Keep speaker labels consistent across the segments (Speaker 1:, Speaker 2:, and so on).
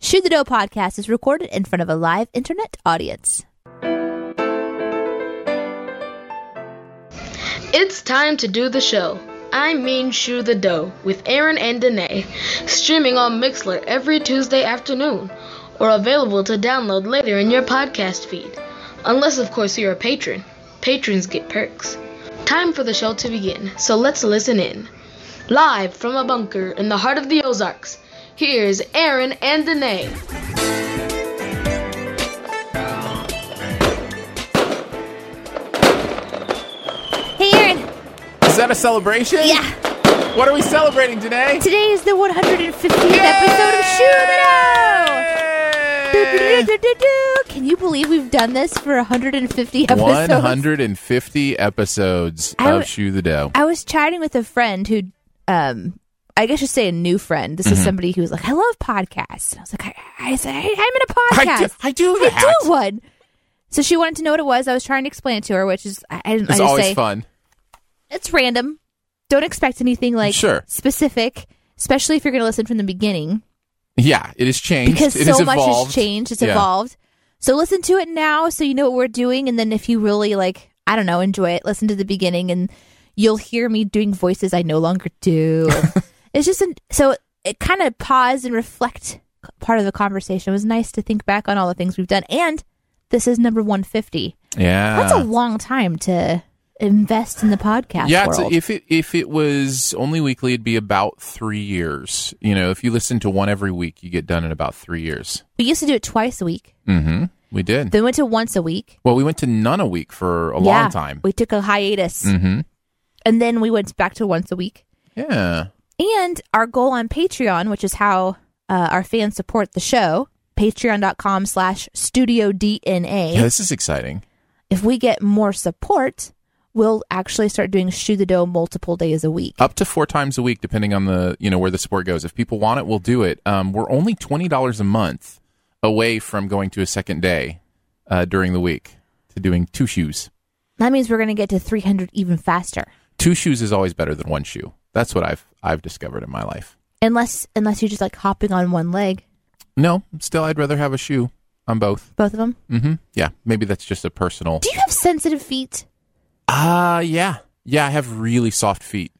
Speaker 1: Shoot the Dough podcast is recorded in front of a live internet audience.
Speaker 2: It's time to do the show. I mean Shoe the Dough with Aaron and Danae, streaming on Mixler every Tuesday afternoon, or available to download later in your podcast feed. Unless, of course, you're a patron. Patrons get perks. Time for the show to begin, so let's listen in. Live from a bunker in the heart of the Ozarks, here's Aaron and Danae.
Speaker 1: Hey, Aaron.
Speaker 3: Is that a celebration?
Speaker 1: Yeah.
Speaker 3: What are we celebrating today?
Speaker 1: Today is the 115th episode of Shoot
Speaker 3: Yay!
Speaker 1: the Dough. Can you believe we've done this for 150 episodes?
Speaker 3: 150 episodes
Speaker 1: I
Speaker 3: of
Speaker 1: would-
Speaker 3: Shoe the Dough.
Speaker 1: I was chatting with a friend who, um, I guess you'd say a new friend. This
Speaker 3: Mm-hmm.
Speaker 1: is somebody who was like, I love podcasts. And I was like, I, I said, I, I'm in a podcast.
Speaker 3: I do, I do that.
Speaker 1: I do one. So she wanted to know what it was. I was trying to explain it to her, which is I, I didn't. I
Speaker 3: It's
Speaker 1: just
Speaker 3: always
Speaker 1: say,
Speaker 3: fun.
Speaker 1: It's random. Don't expect anything like
Speaker 3: Sure.
Speaker 1: specific, especially if you're going to listen from the beginning
Speaker 3: Yeah, it has changed.
Speaker 1: because
Speaker 3: It
Speaker 1: so
Speaker 3: has
Speaker 1: much
Speaker 3: evolved.
Speaker 1: has changed. It's
Speaker 3: Yeah.
Speaker 1: evolved. So listen to it now, so you know what we're doing, and then if you really like, I don't know, enjoy it, listen to the beginning, and you'll hear me doing voices I no longer do. it's just an, so it kind of pause and reflect part of the conversation. It was nice to think back on all the things we've done, and this is number one fifty.
Speaker 3: Yeah.
Speaker 1: That's a long time to invest in the podcast
Speaker 3: yeah, it's-
Speaker 1: world.
Speaker 3: if it if it was only weekly, it'd be about three years. You know, if you listen to one every week, you get done in about three years.
Speaker 1: we used to do it twice a week.
Speaker 3: Mm-hmm. We did.
Speaker 1: Then went to once a week.
Speaker 3: well, we went to none a week for a
Speaker 1: yeah,
Speaker 3: long time.
Speaker 1: We took a hiatus,
Speaker 3: mm-hmm.
Speaker 1: and then we went back to once a week.
Speaker 3: Yeah.
Speaker 1: And our goal on Patreon, which is how uh, our fans support the show, patreon.com slash studio DNA.
Speaker 3: Yeah, this is exciting.
Speaker 1: If we get more support, we'll actually start doing Shoe the Dough multiple days a week.
Speaker 3: up to four times a week depending on the you know where the support goes if people want it we'll do it um, we're only $20 a month away from going to a second day uh, during the week to doing two shoes
Speaker 1: That means we're going to get to 300 even faster.
Speaker 3: two shoes is always better than one shoe that's what i've i've discovered in my life
Speaker 1: Unless unless you're just like hopping on one leg,
Speaker 3: no still i'd rather have a shoe on both
Speaker 1: both of them.
Speaker 3: mm-hmm yeah maybe that's just a personal
Speaker 1: Do you have sensitive feet?
Speaker 3: uh yeah yeah i have really soft feet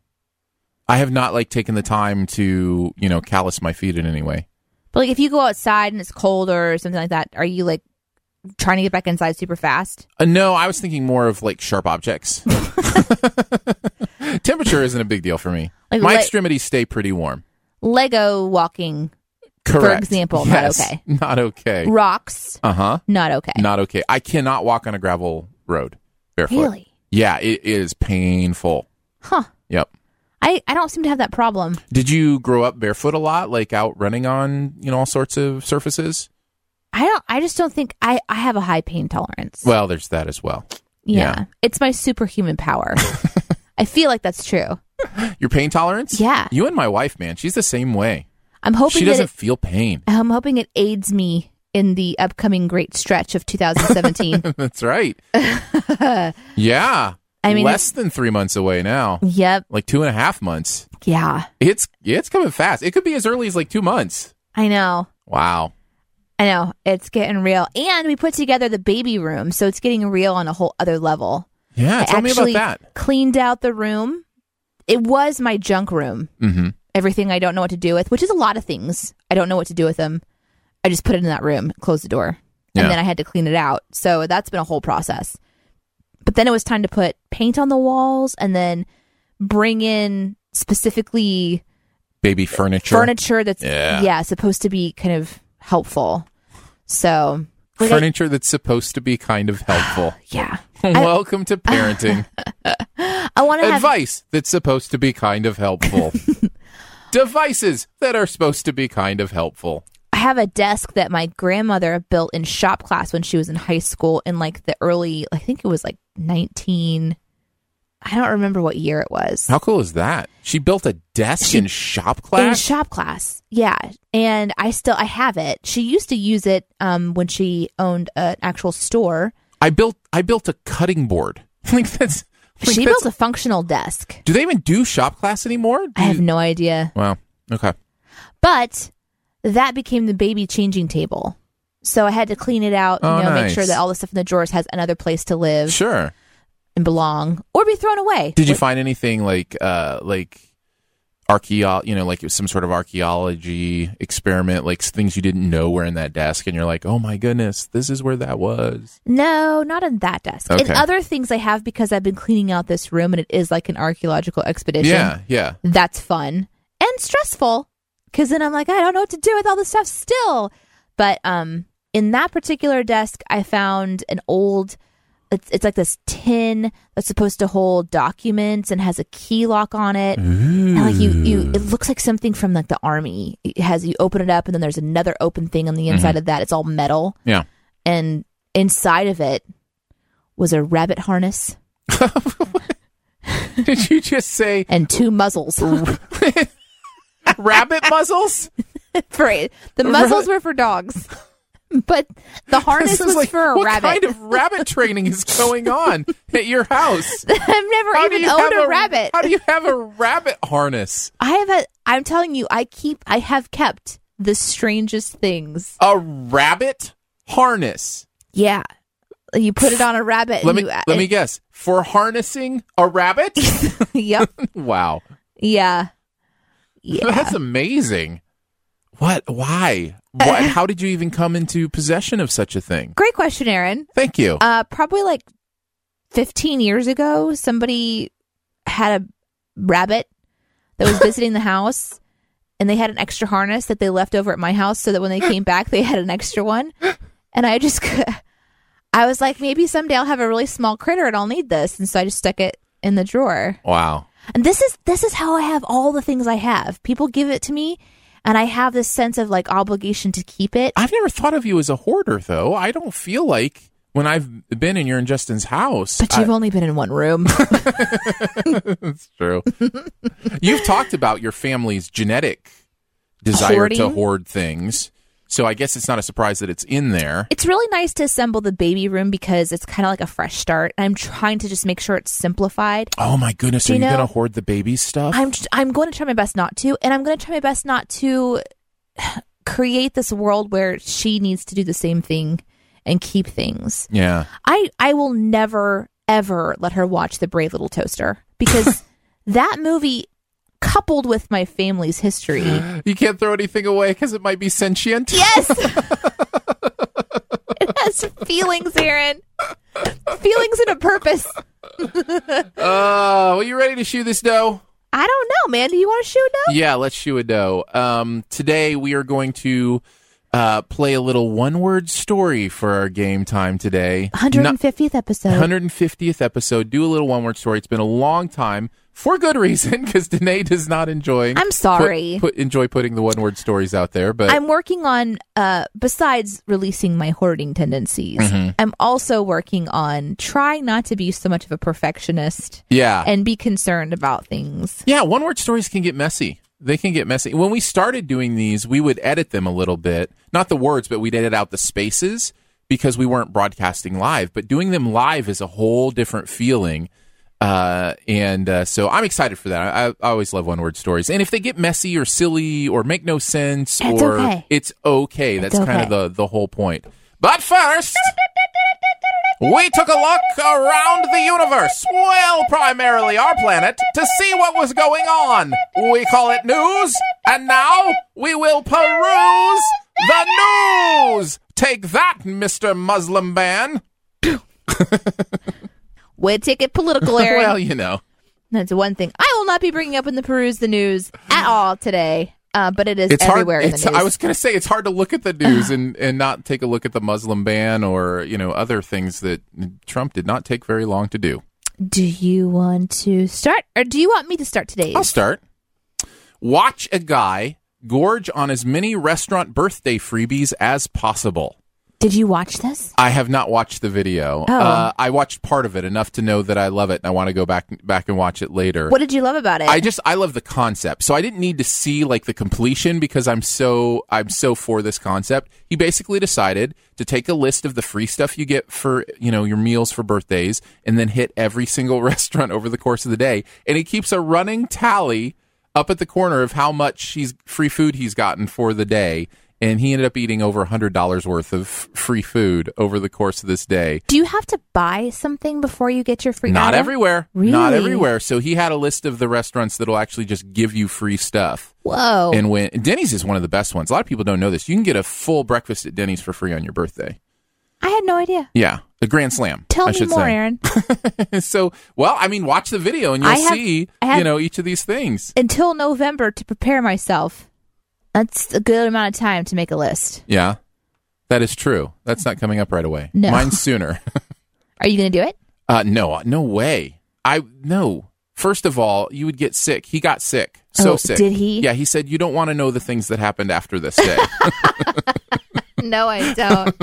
Speaker 3: i have not like taken the time to you know callus my feet in any way
Speaker 1: But like if you go outside and it's cold or something like that, are you like trying to get back inside super fast?
Speaker 3: Uh, no, I was thinking more of like sharp objects. Temperature isn't a big deal for me.
Speaker 1: Like
Speaker 3: My
Speaker 1: le-
Speaker 3: extremities stay pretty warm.
Speaker 1: Lego walking,
Speaker 3: Correct.
Speaker 1: example, not
Speaker 3: Yes,
Speaker 1: okay.
Speaker 3: Not okay.
Speaker 1: rocks,
Speaker 3: Uh huh.
Speaker 1: not okay.
Speaker 3: Not okay. I cannot walk on a gravel road barefoot.
Speaker 1: Really?
Speaker 3: Yeah, it is painful.
Speaker 1: Huh.
Speaker 3: Yep.
Speaker 1: I, I don't seem to have that problem.
Speaker 3: Did you grow up barefoot a lot, like out running on you know all sorts of surfaces?
Speaker 1: I don't I just don't think I, I have a high pain tolerance.
Speaker 3: Well, there's that as well.
Speaker 1: yeah.
Speaker 3: yeah.
Speaker 1: It's my superhuman power. I feel like that's true.
Speaker 3: Your pain tolerance?
Speaker 1: Yeah.
Speaker 3: You and my wife, man, she's the same way.
Speaker 1: I'm hoping
Speaker 3: she
Speaker 1: that
Speaker 3: doesn't
Speaker 1: it,
Speaker 3: feel pain.
Speaker 1: I'm hoping it aids me in the upcoming great stretch of 2017.
Speaker 3: That's right. yeah.
Speaker 1: I mean,
Speaker 3: less than three months away now,
Speaker 1: yep.
Speaker 3: like two and a half months.
Speaker 1: Yeah.
Speaker 3: It's it's coming fast. It could be as early as like two months.
Speaker 1: I know.
Speaker 3: Wow.
Speaker 1: I know. It's getting real. And we put together the baby room, so it's getting real on a whole other level.
Speaker 3: Yeah.
Speaker 1: I
Speaker 3: Tell me
Speaker 1: actually
Speaker 3: about that.
Speaker 1: cleaned out the room. It was my junk room.
Speaker 3: Mm-hmm.
Speaker 1: everything I don't know what to do with, which is a lot of things. I don't know what to do with them. I just put it in that room, close the door,
Speaker 3: Yeah.
Speaker 1: and then I had to clean it out. So that's been a whole process. But then it was time to put paint on the walls and then bring in specifically
Speaker 3: Baby furniture.
Speaker 1: furniture that's
Speaker 3: Yeah.
Speaker 1: yeah. supposed to be kind of helpful. So like, I-
Speaker 3: Furniture that's supposed to be kind of helpful.
Speaker 1: yeah,
Speaker 3: Welcome to parenting.
Speaker 1: I want to have
Speaker 3: Advice that's supposed to be kind of helpful. Devices that are supposed to be kind of helpful.
Speaker 1: I have a desk that my grandmother built in shop class when she was in high school in like the early I think it was like 19 I don't remember what year it was.
Speaker 3: How cool is that? She built a desk in shop
Speaker 1: In
Speaker 3: class.
Speaker 1: shop class. Yeah. And I still I have it. She used to use it um when she owned an actual store.
Speaker 3: I built I built a cutting board. like that's like
Speaker 1: she
Speaker 3: that's-
Speaker 1: built a functional desk.
Speaker 3: Do they even do shop class anymore? Do
Speaker 1: I have
Speaker 3: you-
Speaker 1: no idea.
Speaker 3: Wow. Okay.
Speaker 1: But that became the baby changing table. So I had to clean it out, you
Speaker 3: Oh,
Speaker 1: know, make
Speaker 3: nice.
Speaker 1: sure that all the stuff in the drawers has another place to live
Speaker 3: Sure.
Speaker 1: and belong or be thrown away.
Speaker 3: Did you find anything like uh like archeo you know like it was some sort of archaeology experiment like s- things you didn't know were in that desk and you're like, "Oh my goodness, this is where that was."
Speaker 1: No, not on that desk.
Speaker 3: Okay.
Speaker 1: And other things I have because I've been cleaning out this room and it is like an archaeological expedition.
Speaker 3: Yeah, yeah.
Speaker 1: That's fun and stressful because then I'm like, I don't know what to do with all this stuff still. But um, in that particular desk, I found an old. It's, it's like this tin that's supposed to hold documents and has a key lock on it. And like you, you, it looks like something from like the army. It has you open it up and then there's another open thing on the inside of that. It's all metal
Speaker 3: Yeah.
Speaker 1: and inside of it was a rabbit harness
Speaker 3: Did you just say
Speaker 1: and two muzzles.
Speaker 3: rabbit muzzles?
Speaker 1: for it. The muzzles were for dogs, but the harness
Speaker 3: This is
Speaker 1: was
Speaker 3: like,
Speaker 1: for a
Speaker 3: what
Speaker 1: rabbit.
Speaker 3: kind of rabbit training is going on at your house?
Speaker 1: I've never even owned a, rabbit.
Speaker 3: How do you have a rabbit harness?
Speaker 1: I have a. I'm telling you, I keep. I have kept the strangest things.
Speaker 3: A rabbit harness.
Speaker 1: Yeah, you put it on a rabbit.
Speaker 3: Let
Speaker 1: and
Speaker 3: me
Speaker 1: Uh, you,
Speaker 3: let me guess. For harnessing a rabbit?
Speaker 1: yep.
Speaker 3: wow.
Speaker 1: Yeah. Yeah.
Speaker 3: That's amazing. What? Why? What? How did you even come into possession of such a thing?
Speaker 1: Great question, Aaron.
Speaker 3: Thank you.
Speaker 1: Uh, probably like 15 years ago, somebody had a rabbit that was visiting the house and they had an extra harness that they left over at my house so that when they came back, they had an extra one. And I just, I was like, maybe someday I'll have a really small critter and I'll need this. And so I just stuck it in the drawer.
Speaker 3: wow.
Speaker 1: And this is, this is how I have all the things I have. People give it to me and I have this sense of like obligation to keep it.
Speaker 3: I've never thought of you as a hoarder, though. I don't feel like when I've been in your and Justin's house.
Speaker 1: But
Speaker 3: I-
Speaker 1: you've only been in one room.
Speaker 3: It's true. You've talked about your family's genetic desire to
Speaker 1: Hoarding?
Speaker 3: hoard things. So I guess it's not a surprise that it's in there.
Speaker 1: It's really nice to assemble the baby room because it's kind of like a fresh start. I'm trying to just make sure it's simplified.
Speaker 3: Oh my goodness,
Speaker 1: Do
Speaker 3: are you
Speaker 1: you know-
Speaker 3: going to hoard the baby stuff?
Speaker 1: I'm I'm going to try my best not to, and I'm going to try my best not to create this world where she needs to do the same thing and keep things.
Speaker 3: yeah.
Speaker 1: I I will never ever let her watch The Brave Little Toaster because that movie coupled with my family's history
Speaker 3: You can't throw anything away because it might be sentient.
Speaker 1: Yes. it has feelings, Aaron. Feelings and a purpose.
Speaker 3: Uh, well, you ready to shoe this dough?
Speaker 1: I don't know, man. Do you want to shoot now?
Speaker 3: Yeah, let's shoe a dough. Um, today we are going to uh, play a little one-word story for our game time today. Not-
Speaker 1: 150th episode.
Speaker 3: 150th episode. Do a little one word story. It's been a long time for good reason because Danae does not enjoy.
Speaker 1: I'm sorry.
Speaker 3: Put, put, enjoy putting the one word stories out there, but
Speaker 1: I'm working on uh besides releasing my hoarding tendencies,
Speaker 3: Mm-hmm.
Speaker 1: I'm also working on trying not to be so much of a perfectionist
Speaker 3: yeah,
Speaker 1: and be concerned about things.
Speaker 3: yeah. One word stories can get messy. They can get messy. When we started doing these, we would edit them a little bit, not the words, but we'd edit out the spaces because we weren't broadcasting live. But doing them live is a whole different feeling. Uh, and uh, so I'm excited for that. I, I always love one word stories. And if they get messy or silly or make no sense
Speaker 1: It's
Speaker 3: or
Speaker 1: okay.
Speaker 3: it's okay, that's kind of
Speaker 1: okay.
Speaker 3: the, the whole point. But first, We took a look around the universe, well, primarily our planet, to see what was going on. We call it news, and now we will peruse the news. Take that, Mr. Muslim man.
Speaker 1: Would take it political, Aaron.
Speaker 3: Well, you know.
Speaker 1: That's one thing I will not be bringing up in the peruse the news at all today. Uh, but it is everywhere
Speaker 3: hard.
Speaker 1: in the
Speaker 3: it's-
Speaker 1: news.
Speaker 3: I was going to say it's hard to look at the news and, and not take a look at the Muslim ban or you know other things that Trump did not take very long to do.
Speaker 1: do you want to start, or do you want me to start today?
Speaker 3: I'll start. Watch a guy gorge on as many restaurant birthday freebies as possible.
Speaker 1: Did you watch this?
Speaker 3: I have not watched the video.
Speaker 1: Oh.
Speaker 3: Uh, I watched part of it enough to know that I love it and I want to go back back and watch it later.
Speaker 1: What did you love about it?
Speaker 3: I just I love the concept. So I didn't need to see like the completion because I'm so I'm so for this concept. He basically decided to take a list of the free stuff you get for, you know, your meals for birthdays and then hit every single restaurant over the course of the day and he keeps a running tally up at the corner of how much he's free food he's gotten for the day and he ended up eating over $100 worth of f- free food over the course of this day.
Speaker 1: do you have to buy something before you get your free?
Speaker 3: Not
Speaker 1: item?
Speaker 3: everywhere. Not
Speaker 1: Really?
Speaker 3: everywhere. So he had a list of the restaurants that'll actually just give you free stuff.
Speaker 1: Whoa!
Speaker 3: And when Denny's is one of the best ones. A lot of people don't know this. You can get a full breakfast at Denny's for free on your birthday.
Speaker 1: I had no idea.
Speaker 3: Yeah, a grand slam.
Speaker 1: Tell
Speaker 3: I
Speaker 1: me
Speaker 3: should
Speaker 1: more,
Speaker 3: say.
Speaker 1: Aaron.
Speaker 3: so, well, I mean, watch the video and you'll
Speaker 1: I have-
Speaker 3: see,
Speaker 1: I have-
Speaker 3: you know, each of these things.
Speaker 1: Until November to prepare myself. That's a good amount of time to make a list.
Speaker 3: Yeah, that is true. That's not coming up right away.
Speaker 1: No.
Speaker 3: Mine's sooner.
Speaker 1: Are you going to do it?
Speaker 3: Uh, no, no way. I no. First of all, you would get sick. He got sick, so
Speaker 1: Oh,
Speaker 3: sick.
Speaker 1: did he?
Speaker 3: Yeah, he said you don't want to know the things that happened after this day.
Speaker 1: No, I don't.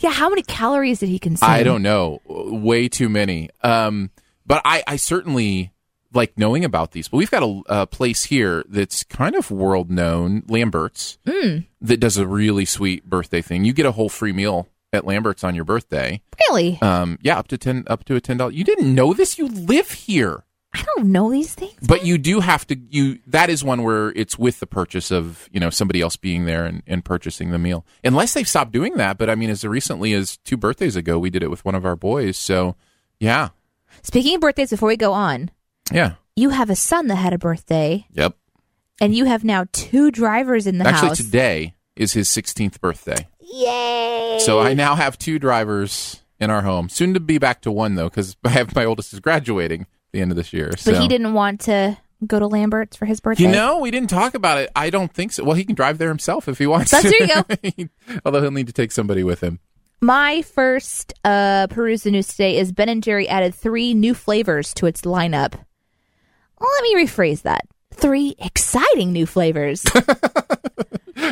Speaker 1: yeah, how many calories did he consume?
Speaker 3: I don't know, way too many. Um, but I, I certainly like knowing about these. But we've got a, a place here that's kind of world known, Lambert's, that does a really sweet birthday thing. You get a whole free meal at Lambert's on your birthday.
Speaker 1: really.
Speaker 3: Um, yeah, up to ten, up to a ten dollar. You didn't know this. You live here.
Speaker 1: I don't know these things.
Speaker 3: but you do have to you that is one where it's with the purchase of you know somebody else being there and, and purchasing the meal unless they've stopped doing that but i mean as recently as two birthdays ago we did it with one of our boys so yeah
Speaker 1: Speaking of birthdays, before we go on,
Speaker 3: yeah
Speaker 1: you have a son that had a birthday,
Speaker 3: yep
Speaker 1: and you have now two drivers in the
Speaker 3: actually
Speaker 1: house.
Speaker 3: today is his 16th birthday yay so i now have two drivers in our home soon to be back to one though because i have my oldest is graduating the end of this year
Speaker 1: but
Speaker 3: so
Speaker 1: he didn't want to go to Lambert's for his birthday.
Speaker 3: You know, we didn't talk about it. I don't think so. Well, he can drive there himself if he wants.
Speaker 1: That's-
Speaker 3: to.
Speaker 1: there
Speaker 3: you go. Although he'll need to take somebody with him.
Speaker 1: My first uh, peruse the news today is Ben and Jerry added three new flavors to its lineup. Let me rephrase that: three exciting new flavors.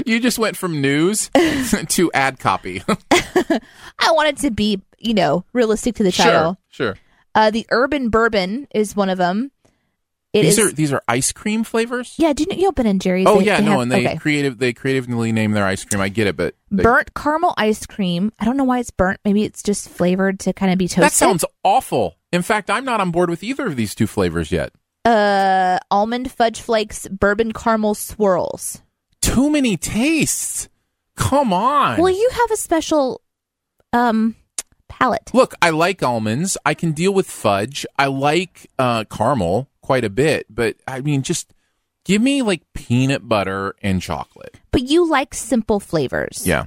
Speaker 3: You just went from news to ad copy.
Speaker 1: I wanted to be, you know, realistic to the
Speaker 3: sure,
Speaker 1: title.
Speaker 3: sure.
Speaker 1: Uh, the urban bourbon is one of them. It is.
Speaker 3: these are these are ice cream flavors.
Speaker 1: yeah, do you know, you know Ben and Jerry's?
Speaker 3: oh
Speaker 1: They-
Speaker 3: yeah,
Speaker 1: they
Speaker 3: no,
Speaker 1: have-
Speaker 3: and they
Speaker 1: okay.
Speaker 3: creative they creatively name their ice cream. I get it, but they-
Speaker 1: burnt caramel ice cream. I don't know why it's burnt. Maybe it's just flavored to kind of be toasted.
Speaker 3: that sounds awful. In fact, I'm not on board with either of these two flavors yet.
Speaker 1: uh almond fudge flakes, bourbon caramel swirls.
Speaker 3: Too many tastes. Come on.
Speaker 1: Well, you have a special um palette.
Speaker 3: Look, I like almonds. I can deal with fudge. I like uh, caramel quite a bit, but I mean, just give me like peanut butter and chocolate.
Speaker 1: But you like simple flavors
Speaker 3: Yeah,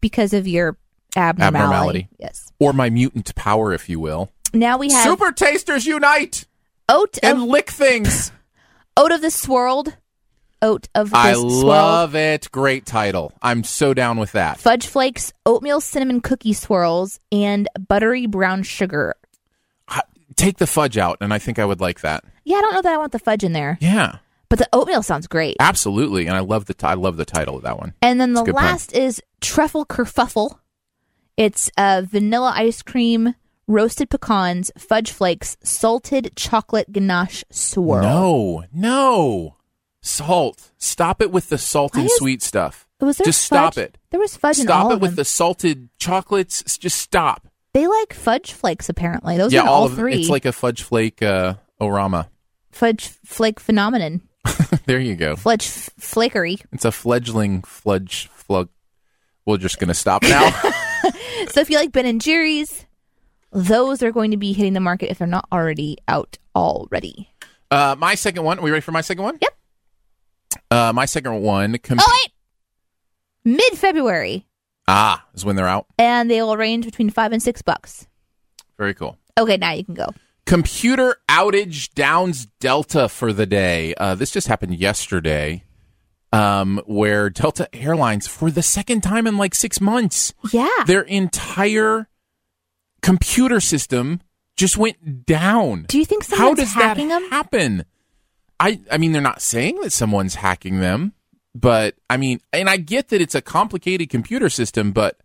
Speaker 1: because of your abnormality.
Speaker 3: Abnormality.
Speaker 1: Yes.
Speaker 3: or my mutant power, if you will.
Speaker 1: Now we have oh.
Speaker 3: Super tasters unite
Speaker 1: oat
Speaker 3: and
Speaker 1: of
Speaker 3: lick things.
Speaker 1: oat of the swirled. Oat of the
Speaker 3: I
Speaker 1: swirled.
Speaker 3: love it. Great title. I'm so down with that.
Speaker 1: fudge flakes, oatmeal cinnamon cookie swirls, and buttery brown sugar.
Speaker 3: I- Take the fudge out, and I think I would like that.
Speaker 1: Yeah, I don't know that I want the fudge in there,
Speaker 3: Yeah,
Speaker 1: but the oatmeal sounds great.
Speaker 3: absolutely. And I love the t- I love the title of that one.
Speaker 1: And then the
Speaker 3: It's a good pun.
Speaker 1: last is Truffle Kerfuffle. It's uh, vanilla ice cream, roasted pecans, fudge flakes, salted chocolate ganache swirl.
Speaker 3: No, no. Salt. Stop it with the salt
Speaker 1: Why
Speaker 3: and
Speaker 1: is-
Speaker 3: sweet stuff.
Speaker 1: Was there
Speaker 3: Just
Speaker 1: fudge?
Speaker 3: stop it.
Speaker 1: There was fudge in all
Speaker 3: Stop it
Speaker 1: of
Speaker 3: with
Speaker 1: them.
Speaker 3: the salted chocolates. S- Just stop.
Speaker 1: They like fudge flakes, apparently. Those
Speaker 3: yeah,
Speaker 1: are all,
Speaker 3: of
Speaker 1: three.
Speaker 3: It's like a fudge flake uh, orama.
Speaker 1: fudge flake phenomenon.
Speaker 3: there you go.
Speaker 1: Fudge f- flakery.
Speaker 3: It's a fledgling fudge flug. We're just gonna stop now.
Speaker 1: So if you like Ben and Jerry's, those are going to be hitting the market if they're not already out already.
Speaker 3: Uh, my second one. Are we ready for my second one?
Speaker 1: Yep.
Speaker 3: Uh, my second one. Com-
Speaker 1: Oh wait, mid February,
Speaker 3: Ah, is when they're out.
Speaker 1: and they will range between five and six bucks.
Speaker 3: Very cool.
Speaker 1: Okay, now you can go.
Speaker 3: Computer outage downs Delta for the day. Uh, this just happened yesterday, um, where Delta Airlines, for the second time in like six months,
Speaker 1: Yeah,
Speaker 3: their entire computer system just went down.
Speaker 1: Do you think
Speaker 3: How
Speaker 1: someone's
Speaker 3: does
Speaker 1: hacking
Speaker 3: that
Speaker 1: them?
Speaker 3: happen? I I mean, they're not saying that someone's hacking them, but I mean, and I get that it's a complicated computer system, but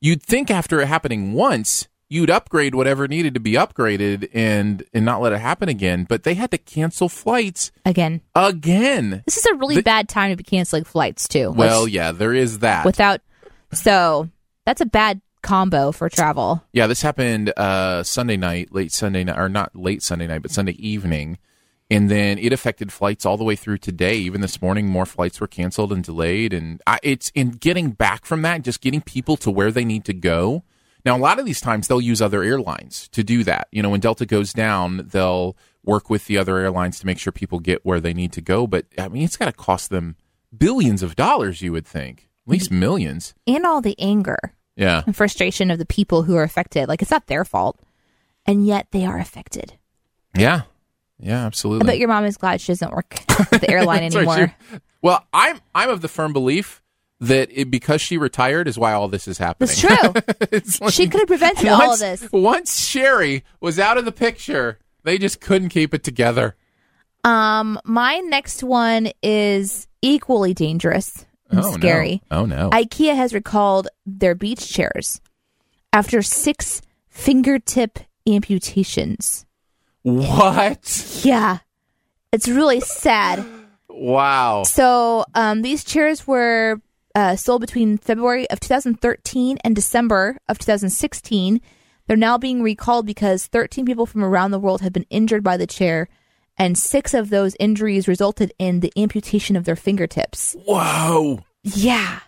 Speaker 3: you'd think after it happening once, you'd upgrade whatever needed to be upgraded and and not let it happen again. But they had to cancel flights
Speaker 1: again.
Speaker 3: again.
Speaker 1: This is a really
Speaker 3: The-
Speaker 1: bad time to be canceling flights too. Let's-
Speaker 3: Well, yeah, there is that.
Speaker 1: without so that's a bad combo for travel.
Speaker 3: Yeah, this happened uh, Sunday night, late Sunday night, or not late Sunday night, but Sunday evening. And then it affected flights all the way through today. Even this morning, more flights were canceled and delayed. And I, it's in getting back from that, just getting people to where they need to go. Now, a lot of these times, they'll use other airlines to do that. You know, when Delta goes down, they'll work with the other airlines to make sure people get where they need to go. But I mean, it's got to cost them billions of dollars, you would think, at least millions.
Speaker 1: And all the anger
Speaker 3: Yeah.
Speaker 1: and frustration of the people who are affected. Like it's not their fault. And yet they are affected.
Speaker 3: Yeah. Yeah, absolutely.
Speaker 1: I bet your mom is glad she doesn't work at the airline
Speaker 3: That's right,
Speaker 1: anymore.
Speaker 3: she- well, I'm I'm of the firm belief that it, because she retired is why all this is happening.
Speaker 1: That's true.
Speaker 3: It's like-
Speaker 1: she could have prevented
Speaker 3: once,
Speaker 1: all of this.
Speaker 3: Once Sherry was out of the picture, they just couldn't keep it together.
Speaker 1: Um my next one is equally dangerous and
Speaker 3: oh
Speaker 1: scary.
Speaker 3: no! Oh no!
Speaker 1: IKEA has recalled their beach chairs after six fingertip amputations.
Speaker 3: what?
Speaker 1: Yeah. It's really sad.
Speaker 3: Wow!
Speaker 1: So um, these chairs were uh, sold between February of 2013 and December of 2016. They're now being recalled because 13 people from around the world have been injured by the chair, and six of those injuries resulted in the amputation of their fingertips.
Speaker 3: Whoa!
Speaker 1: Yeah.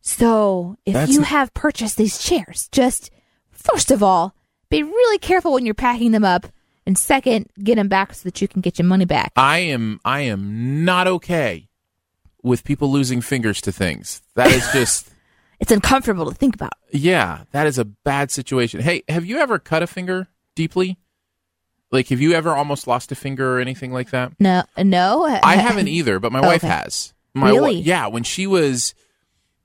Speaker 1: So if
Speaker 3: That's
Speaker 1: you
Speaker 3: n-
Speaker 1: have purchased these chairs, just first of all, be really careful when you're packing them up, and second, get them back so that you can get your money back.
Speaker 3: I am I am not okay with people losing fingers to things. That is just
Speaker 1: It's uncomfortable to think about.
Speaker 3: yeah. That is a bad situation. Hey, have you ever cut a finger deeply? Like, have you ever almost lost a finger or anything like that?
Speaker 1: No, uh, no,
Speaker 3: I haven't e-, either, but my wife
Speaker 1: Oh, okay.
Speaker 3: has. My
Speaker 1: Really?
Speaker 3: wi- yeah, when she was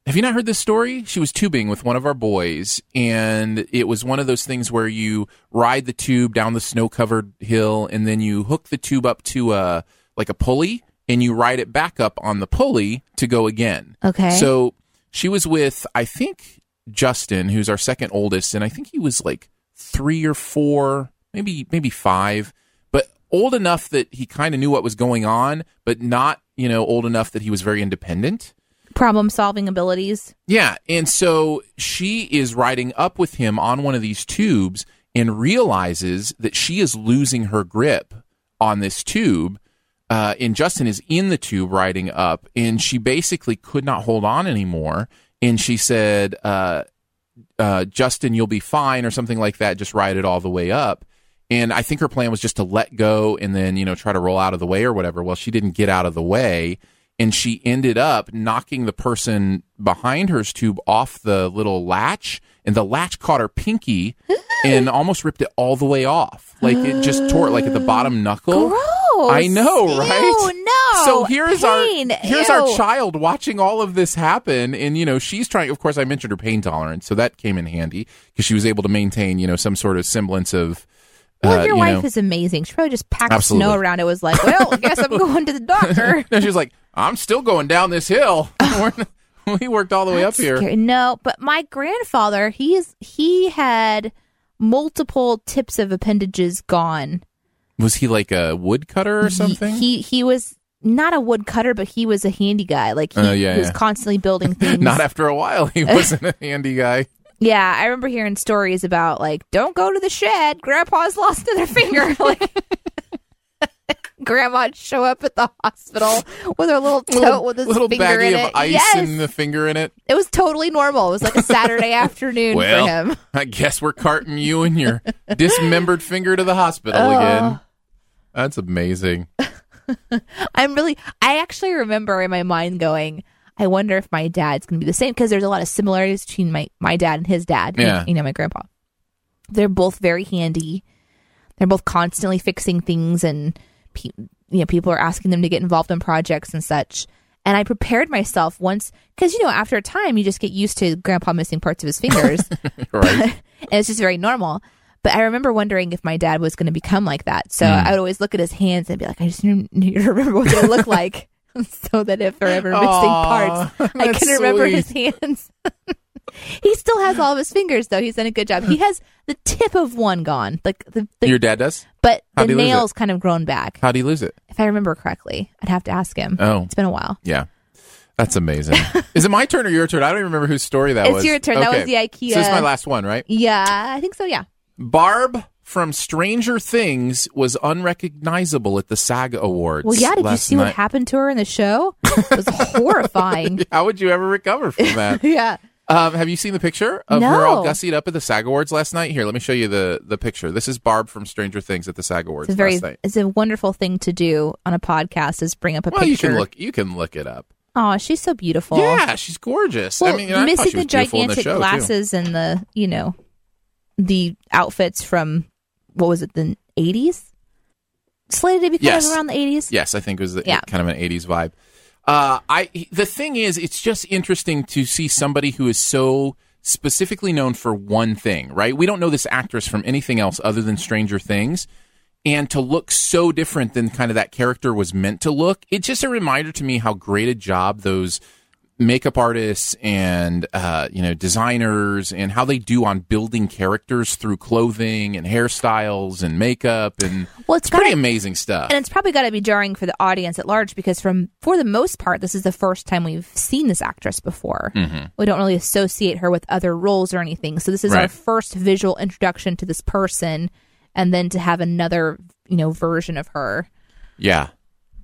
Speaker 3: Have you not heard this story? She was tubing with one of our boys and it was one of those things where you ride the tube down the snow-covered hill and then you hook the tube up to a like a pulley and you ride it back up on the pulley to go again.
Speaker 1: Okay.
Speaker 3: So she was with I think Justin, who's our second oldest, and I think he was like 3 or 4, maybe maybe 5 but old enough that he kind of knew what was going on, but not, you know, old enough that he was very independent.
Speaker 1: problem solving abilities.
Speaker 3: Yeah. And so she is riding up with him on one of these tubes and realizes that she is losing her grip on this tube. Uh, and Justin is in the tube riding up, and she basically could not hold on anymore. And she said, uh, uh, Justin, you'll be fine, or something like that. Just ride it all the way up. And I think her plan was just to let go and then, you know, try to roll out of the way or whatever. Well, she didn't get out of the way. And she ended up knocking the person behind her's tube off the little latch. And the latch caught her pinky and almost ripped it all the way off. Like it just tore it, like at the bottom knuckle.
Speaker 1: Gross.
Speaker 3: I know,
Speaker 1: Ew,
Speaker 3: right?
Speaker 1: no.
Speaker 3: So here's
Speaker 1: Oh, Pain.
Speaker 3: our here's our
Speaker 1: Ew.
Speaker 3: child watching all of this happen, and you know she's trying. Of course, I mentioned her pain tolerance, so that came in handy because she was able to maintain you know some sort of semblance of.
Speaker 1: Well,
Speaker 3: uh,
Speaker 1: your
Speaker 3: you
Speaker 1: wife
Speaker 3: know-
Speaker 1: is amazing. She probably just packed
Speaker 3: Absolutely.
Speaker 1: snow around. It was like, well, I guess I'm going to the doctor.
Speaker 3: No, she was like, I'm still going down this hill. We're- we worked all the way up here.
Speaker 1: Scary. No, but my grandfather, he's he had multiple tips of appendages gone.
Speaker 3: Was he like a woodcutter or
Speaker 1: He-
Speaker 3: something?
Speaker 1: He he, was not a woodcutter, but he was a handy guy. Like he
Speaker 3: Oh, yeah,
Speaker 1: was
Speaker 3: yeah.
Speaker 1: constantly building things.
Speaker 3: Not after a while, he wasn't a handy guy.
Speaker 1: yeah, I remember hearing stories about like, don't go to the shed. Grandpa's lost another finger. like, grandma show up at the hospital with her little tote with his
Speaker 3: little
Speaker 1: finger
Speaker 3: baggie
Speaker 1: in
Speaker 3: of
Speaker 1: it.
Speaker 3: ice
Speaker 1: yes,
Speaker 3: and the finger in it.
Speaker 1: it was totally normal. It was like a Saturday afternoon for him.
Speaker 3: Well, I guess we're carting you and your dismembered finger to the hospital
Speaker 1: Oh.
Speaker 3: again. That's amazing.
Speaker 1: I'm really, I actually remember in my mind going, I wonder if my dad's going to be the same because there's a lot of similarities between my, my dad and his dad.
Speaker 3: Yeah.
Speaker 1: You know, my grandpa. They're both very handy. They're both constantly fixing things and, pe- you know, people are asking them to get involved in projects and such. And I prepared myself once because, you know, after a time, you just get used to grandpa missing parts of his fingers
Speaker 3: Right.
Speaker 1: and it's just very normal. But I remember wondering if my dad was going to become like that.
Speaker 3: Hmm.
Speaker 1: So I would always look at his hands and be like, I just need need to remember what they look like so that if they're ever missing
Speaker 3: Aw,
Speaker 1: parts, I
Speaker 3: that's
Speaker 1: can remember
Speaker 3: sweet.
Speaker 1: his hands. he still has all of his fingers, though. He's done a good job. He has the tip of one gone, like the, the
Speaker 3: Your dad does?
Speaker 1: but the
Speaker 3: How'd he lose it?
Speaker 1: nail's kind of grown back.
Speaker 3: How'd he lose it?
Speaker 1: If I remember correctly, I'd have to ask him.
Speaker 3: Oh.
Speaker 1: It's been a while.
Speaker 3: Yeah. That's amazing. Is it my turn or your turn? I don't even remember whose story that
Speaker 1: It's
Speaker 3: was.
Speaker 1: your turn. That was the IKEA.
Speaker 3: So this is my last one, right?
Speaker 1: Yeah, I think so. Yeah.
Speaker 3: Barb from Stranger Things was unrecognizable at the SAG Awards.
Speaker 1: Well, yeah. Did you
Speaker 3: last
Speaker 1: see
Speaker 3: night.
Speaker 1: what happened to her in the show? It was horrifying.
Speaker 3: How would you ever recover from that?
Speaker 1: yeah.
Speaker 3: Um, have you seen the picture of her all
Speaker 1: No.
Speaker 3: gussied up at the SAG Awards last night? Here, let me show you the the picture. This is Barb from Stranger Things at the SAG Awards
Speaker 1: It's a very
Speaker 3: last night.
Speaker 1: it's a wonderful thing to do on a podcast is bring up a
Speaker 3: Well,
Speaker 1: picture.
Speaker 3: you can look you can look it up.
Speaker 1: Oh, she's so beautiful.
Speaker 3: Yeah, she's gorgeous.
Speaker 1: Well,
Speaker 3: I mean, I thought
Speaker 1: missing
Speaker 3: she was
Speaker 1: the
Speaker 3: beautiful in
Speaker 1: gigantic
Speaker 3: the show, too.
Speaker 1: glasses and the you know the outfits from what was it the eighties? Slated to be kind
Speaker 3: Yes.
Speaker 1: of around the eighties.
Speaker 3: Yes, I think it was the,
Speaker 1: Yeah.
Speaker 3: kind of an 80s vibe. Uh, I the thing is, it's just interesting to see somebody who is so specifically known for one thing, right? We don't know this actress from anything else other than Stranger Things, and to look so different than kind of that character was meant to look. It's just a reminder to me how great a job those makeup artists and uh, you know designers and how they do on building characters through clothing and hairstyles and makeup and
Speaker 1: Well, it's
Speaker 3: pretty
Speaker 1: gotta-
Speaker 3: amazing stuff.
Speaker 1: And it's probably got to be jarring for the audience at large because, from for the most part, this is the first time we've seen this actress before.
Speaker 3: Mm-hmm.
Speaker 1: We don't really associate her with other roles or anything. So this is our
Speaker 3: Right.
Speaker 1: first visual introduction to this person, and then to have another you know version of her.
Speaker 3: Yeah.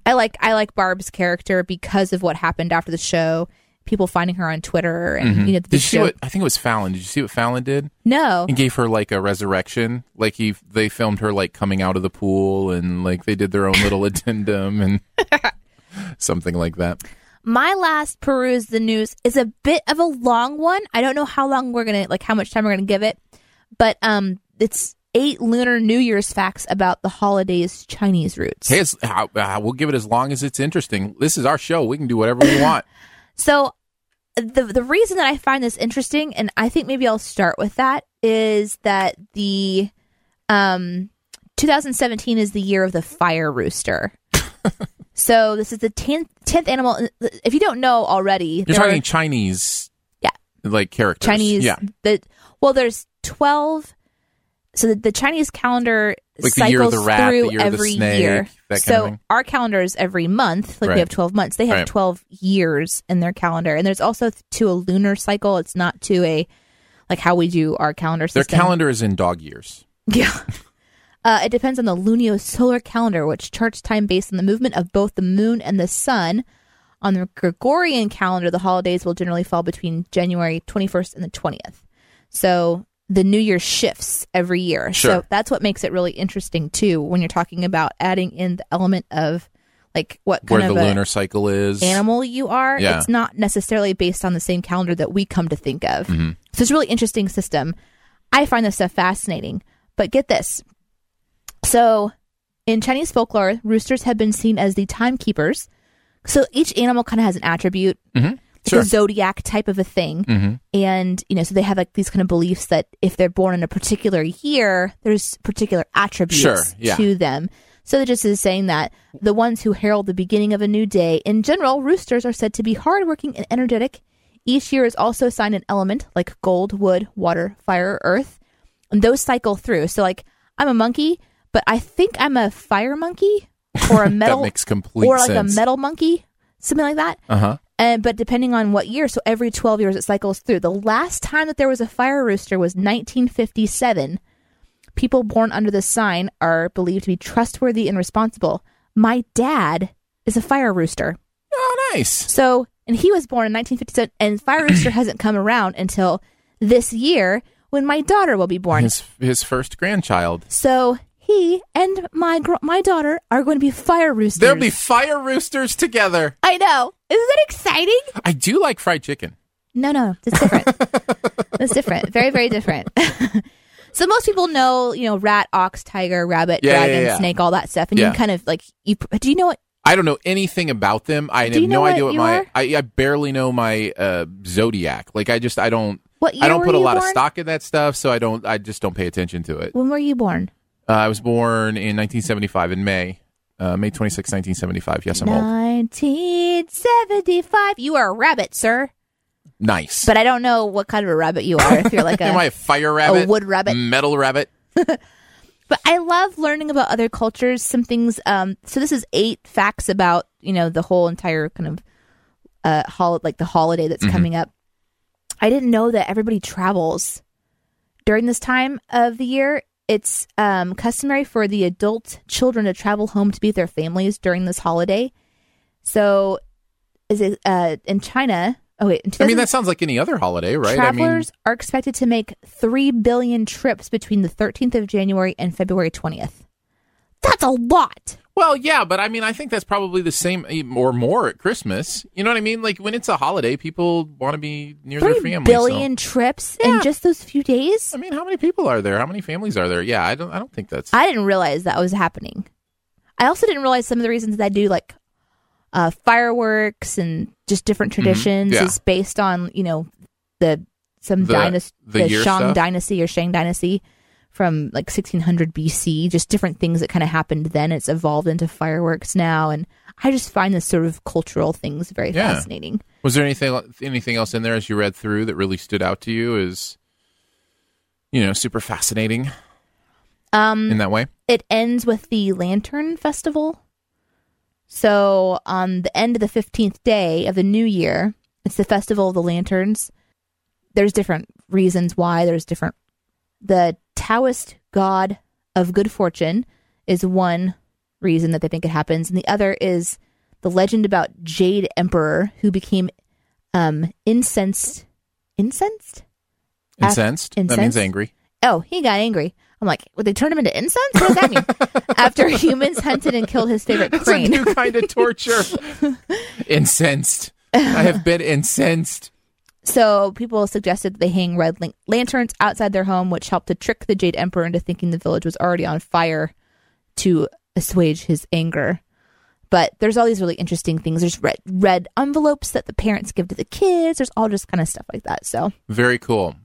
Speaker 1: I like I like Barb's character because of what happened after the show. People finding her on Twitter and you know the
Speaker 3: Mm-hmm. Did you see
Speaker 1: show-
Speaker 3: what I think it was Fallon? Did you see what Fallon did?
Speaker 1: no
Speaker 3: And gave her like a resurrection. Like he, they filmed her like coming out of the pool, and like they did their own little addendum and something like that.
Speaker 1: my last peruse the news is a bit of a long one. I don't know how long we're gonna like how much time we're gonna give it, but um, it's eight lunar New Year's facts about the holiday's Chinese roots.
Speaker 3: Hey, it's, uh, uh, we'll give it as long as it's interesting. This is our show. We can do whatever we want.
Speaker 1: So the the reason that I find this interesting, and I think maybe I'll start with that, is that the um 2017 is the year of the fire rooster. so this is the 10th, 10th animal. uh, If you don't know already,
Speaker 3: You're
Speaker 1: there are-
Speaker 3: talking Chinese,
Speaker 1: Yeah.
Speaker 3: like characters,
Speaker 1: Chinese.
Speaker 3: yeah,
Speaker 1: The well, there's twelve. So the, the Chinese calendar
Speaker 3: Like the
Speaker 1: cycles
Speaker 3: year of the rat, the
Speaker 1: through
Speaker 3: year of the
Speaker 1: every
Speaker 3: snake,
Speaker 1: year.
Speaker 3: that kind
Speaker 1: so
Speaker 3: of thing.
Speaker 1: our calendar is every month. Like
Speaker 3: Right.
Speaker 1: we have twelve months. They have
Speaker 3: Right.
Speaker 1: twelve years in their calendar, and there's also th- to a lunar cycle. It's not to a like how we do our calendar
Speaker 3: their
Speaker 1: system.
Speaker 3: calendar is in dog years.
Speaker 1: Yeah. Uh, it depends on the luniosolar calendar, which charts time based on the movement of both the moon and the sun. On the Gregorian calendar, the holidays will generally fall between January 21st and the 20th. So the new year shifts every year.
Speaker 3: Sure.
Speaker 1: So that's what makes it really interesting, too, when you're talking about adding in the element of like what kind
Speaker 3: Where the
Speaker 1: of a
Speaker 3: lunar cycle is,
Speaker 1: animal you are.
Speaker 3: Yeah.
Speaker 1: It's not necessarily based on the same calendar that we come to think of. So it's a really interesting system. I find this stuff fascinating. But get this. So in Chinese folklore, roosters have been seen as the timekeepers. So each animal kind of has an attribute,
Speaker 3: Mhm.
Speaker 1: like
Speaker 3: Sure.
Speaker 1: a zodiac type of a thing.
Speaker 3: Mhm.
Speaker 1: And, you know, so they have like these kind of beliefs that if they're born in a particular year, there's particular attributes
Speaker 3: Sure, yeah.
Speaker 1: to them. So it just is saying that the ones who herald the beginning of a new day, in general, roosters are said to be hardworking and energetic. Each year is also assigned an element like gold, wood, water, fire, or earth. And those cycle through. So, like, I'm a monkey, but I think I'm a fire monkey or a metal
Speaker 3: makes complete
Speaker 1: or like
Speaker 3: sense.
Speaker 1: a metal monkey, something like that.
Speaker 3: Uh huh.
Speaker 1: And but depending on what year, so every 12 years it cycles through. The last time that there was a fire rooster was 1957. People born under the sign are believed to be trustworthy and responsible. my dad is a fire rooster.
Speaker 3: Oh, nice.
Speaker 1: So, and he was born in 1957, and Fire Rooster hasn't come around until this year when my daughter will be born.
Speaker 3: His his first grandchild.
Speaker 1: So he and my gr- my daughter are going to be Fire Roosters.
Speaker 3: There'll be fire roosters together.
Speaker 1: I know. Isn't that exciting?
Speaker 3: I do like fried chicken.
Speaker 1: No, no, that's different. that's different. Very, very different. so most people know, you know, rat, ox, tiger, rabbit,
Speaker 3: Yeah, yeah,
Speaker 1: dragon,
Speaker 3: yeah.
Speaker 1: snake, all that stuff, and you
Speaker 3: Yeah.
Speaker 1: can kind of like you. Do you know what?
Speaker 3: I don't know anything about them. I
Speaker 1: Do
Speaker 3: have
Speaker 1: you know
Speaker 3: no
Speaker 1: what
Speaker 3: idea what
Speaker 1: you
Speaker 3: my
Speaker 1: are?
Speaker 3: I, I barely know my uh, zodiac. Like I just I don't
Speaker 1: What year
Speaker 3: I don't
Speaker 1: were
Speaker 3: put a
Speaker 1: you
Speaker 3: lot of
Speaker 1: born?
Speaker 3: stock in that stuff, so I don't I just don't pay attention to it.
Speaker 1: When were you born?
Speaker 3: Uh, I was born in 1975 in May, uh, May 26, 1975. Yes, I'm old.
Speaker 1: 1975. You are a rabbit, sir.
Speaker 3: Nice.
Speaker 1: But I don't know what kind of a rabbit you are. If you're like
Speaker 3: Am I a
Speaker 1: a,
Speaker 3: fire rabbit?
Speaker 1: wood rabbit?
Speaker 3: Metal rabbit?
Speaker 1: but I love learning about other cultures. Some things. Um, so this is eight facts about you know the whole entire kind of uh hol- like the holiday that's
Speaker 3: Mm-hmm.
Speaker 1: coming up. I didn't know that everybody travels during this time of the year. It's um, customary for the adult children to travel home to be with their families during this holiday. So, is it uh, in China? Oh wait, in
Speaker 3: I mean,
Speaker 1: 2000
Speaker 3: that sounds like any other holiday, right? I mean,
Speaker 1: Travelers are expected to make 3 billion trips between the 13th of January and February 20th. That's a lot.
Speaker 3: well, yeah, but I mean, I think that's probably the same e, or more at Christmas. You know what I mean? Like when it's a holiday, people want to be near their
Speaker 1: 3
Speaker 3: family. so-
Speaker 1: billion trips in
Speaker 3: Yeah.
Speaker 1: just those few days?
Speaker 3: I mean, how many people are there? How many families are there? Yeah, I don't. I don't think that's.
Speaker 1: I didn't realize that was happening. I also didn't realize some of the reasons that I do like uh, fireworks and just different traditions
Speaker 3: Mm-hmm. Yeah.
Speaker 1: is based on, you know, the some
Speaker 3: The-
Speaker 1: dynasty,
Speaker 3: the
Speaker 1: the,
Speaker 3: year
Speaker 1: Shang
Speaker 3: stuff?
Speaker 1: dynasty or Shang dynasty from like 1600 BC, just different things that kind of happened then. It's evolved into fireworks now. And I just find this sort of cultural things very
Speaker 3: Yeah.
Speaker 1: fascinating.
Speaker 3: Was there anything anything else in there as you read through that really stood out to you? Is you know super fascinating
Speaker 1: Um,
Speaker 3: in that way?
Speaker 1: it ends with the lantern festival. So on the end of the 15th day of the new year, it's the festival of the lanterns. There's different reasons why there's different the Taoist god of good fortune is one reason that they think it happens and the other is the legend about Jade Emperor who became um incensed incensed Af-
Speaker 3: Incensed. That means
Speaker 1: incensed?
Speaker 3: angry.
Speaker 1: Oh, he got angry. I'm like, would they turn him into incense? What does that mean? After humans hunted and killed his favorite
Speaker 3: That's a
Speaker 1: crane.
Speaker 3: new kind of torture. incensed. I have been incensed.
Speaker 1: so people suggested that they hang red lan- lanterns outside their home, which helped to trick the Jade Emperor into thinking the village was already on fire to assuage his anger. But there's all these really interesting things. There's red red envelopes that the parents give to the kids. There's all just kind of stuff like that. So
Speaker 3: Very cool.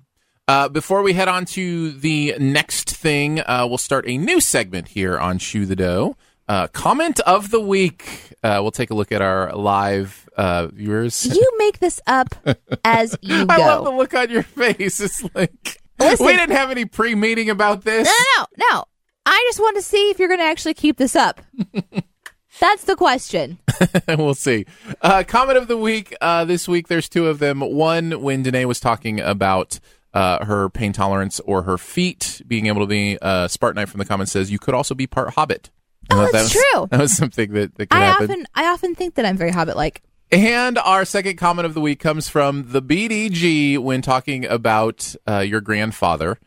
Speaker 3: Uh, before we head on to the next thing, uh, we'll start a new segment here on Shoe the Dough. Uh, comment of the week. Uh, we'll take a look at our live uh, viewers.
Speaker 1: you make this up as you go.
Speaker 3: I love the look on your face. It's like
Speaker 1: Listen. Eh.
Speaker 3: we didn't have any pre-meeting about this.
Speaker 1: No, no, no, no. I just want to see if you're going to actually keep this up. That's the question.
Speaker 3: we'll see. Uh, comment of the week uh, this week. There's two of them. One when Danae was talking about uh, her pain tolerance or her feet being able to be. Uh, Spartan Knife from the comments says you could also be part Hobbit.
Speaker 1: Oh,
Speaker 3: I
Speaker 1: that's
Speaker 3: thought that was,
Speaker 1: true.
Speaker 3: That was something that, that could
Speaker 1: I
Speaker 3: happen.
Speaker 1: often, I often think that I'm very hobbit-like.
Speaker 3: And our second comment of the week comes from the BDG when talking about uh, your grandfather,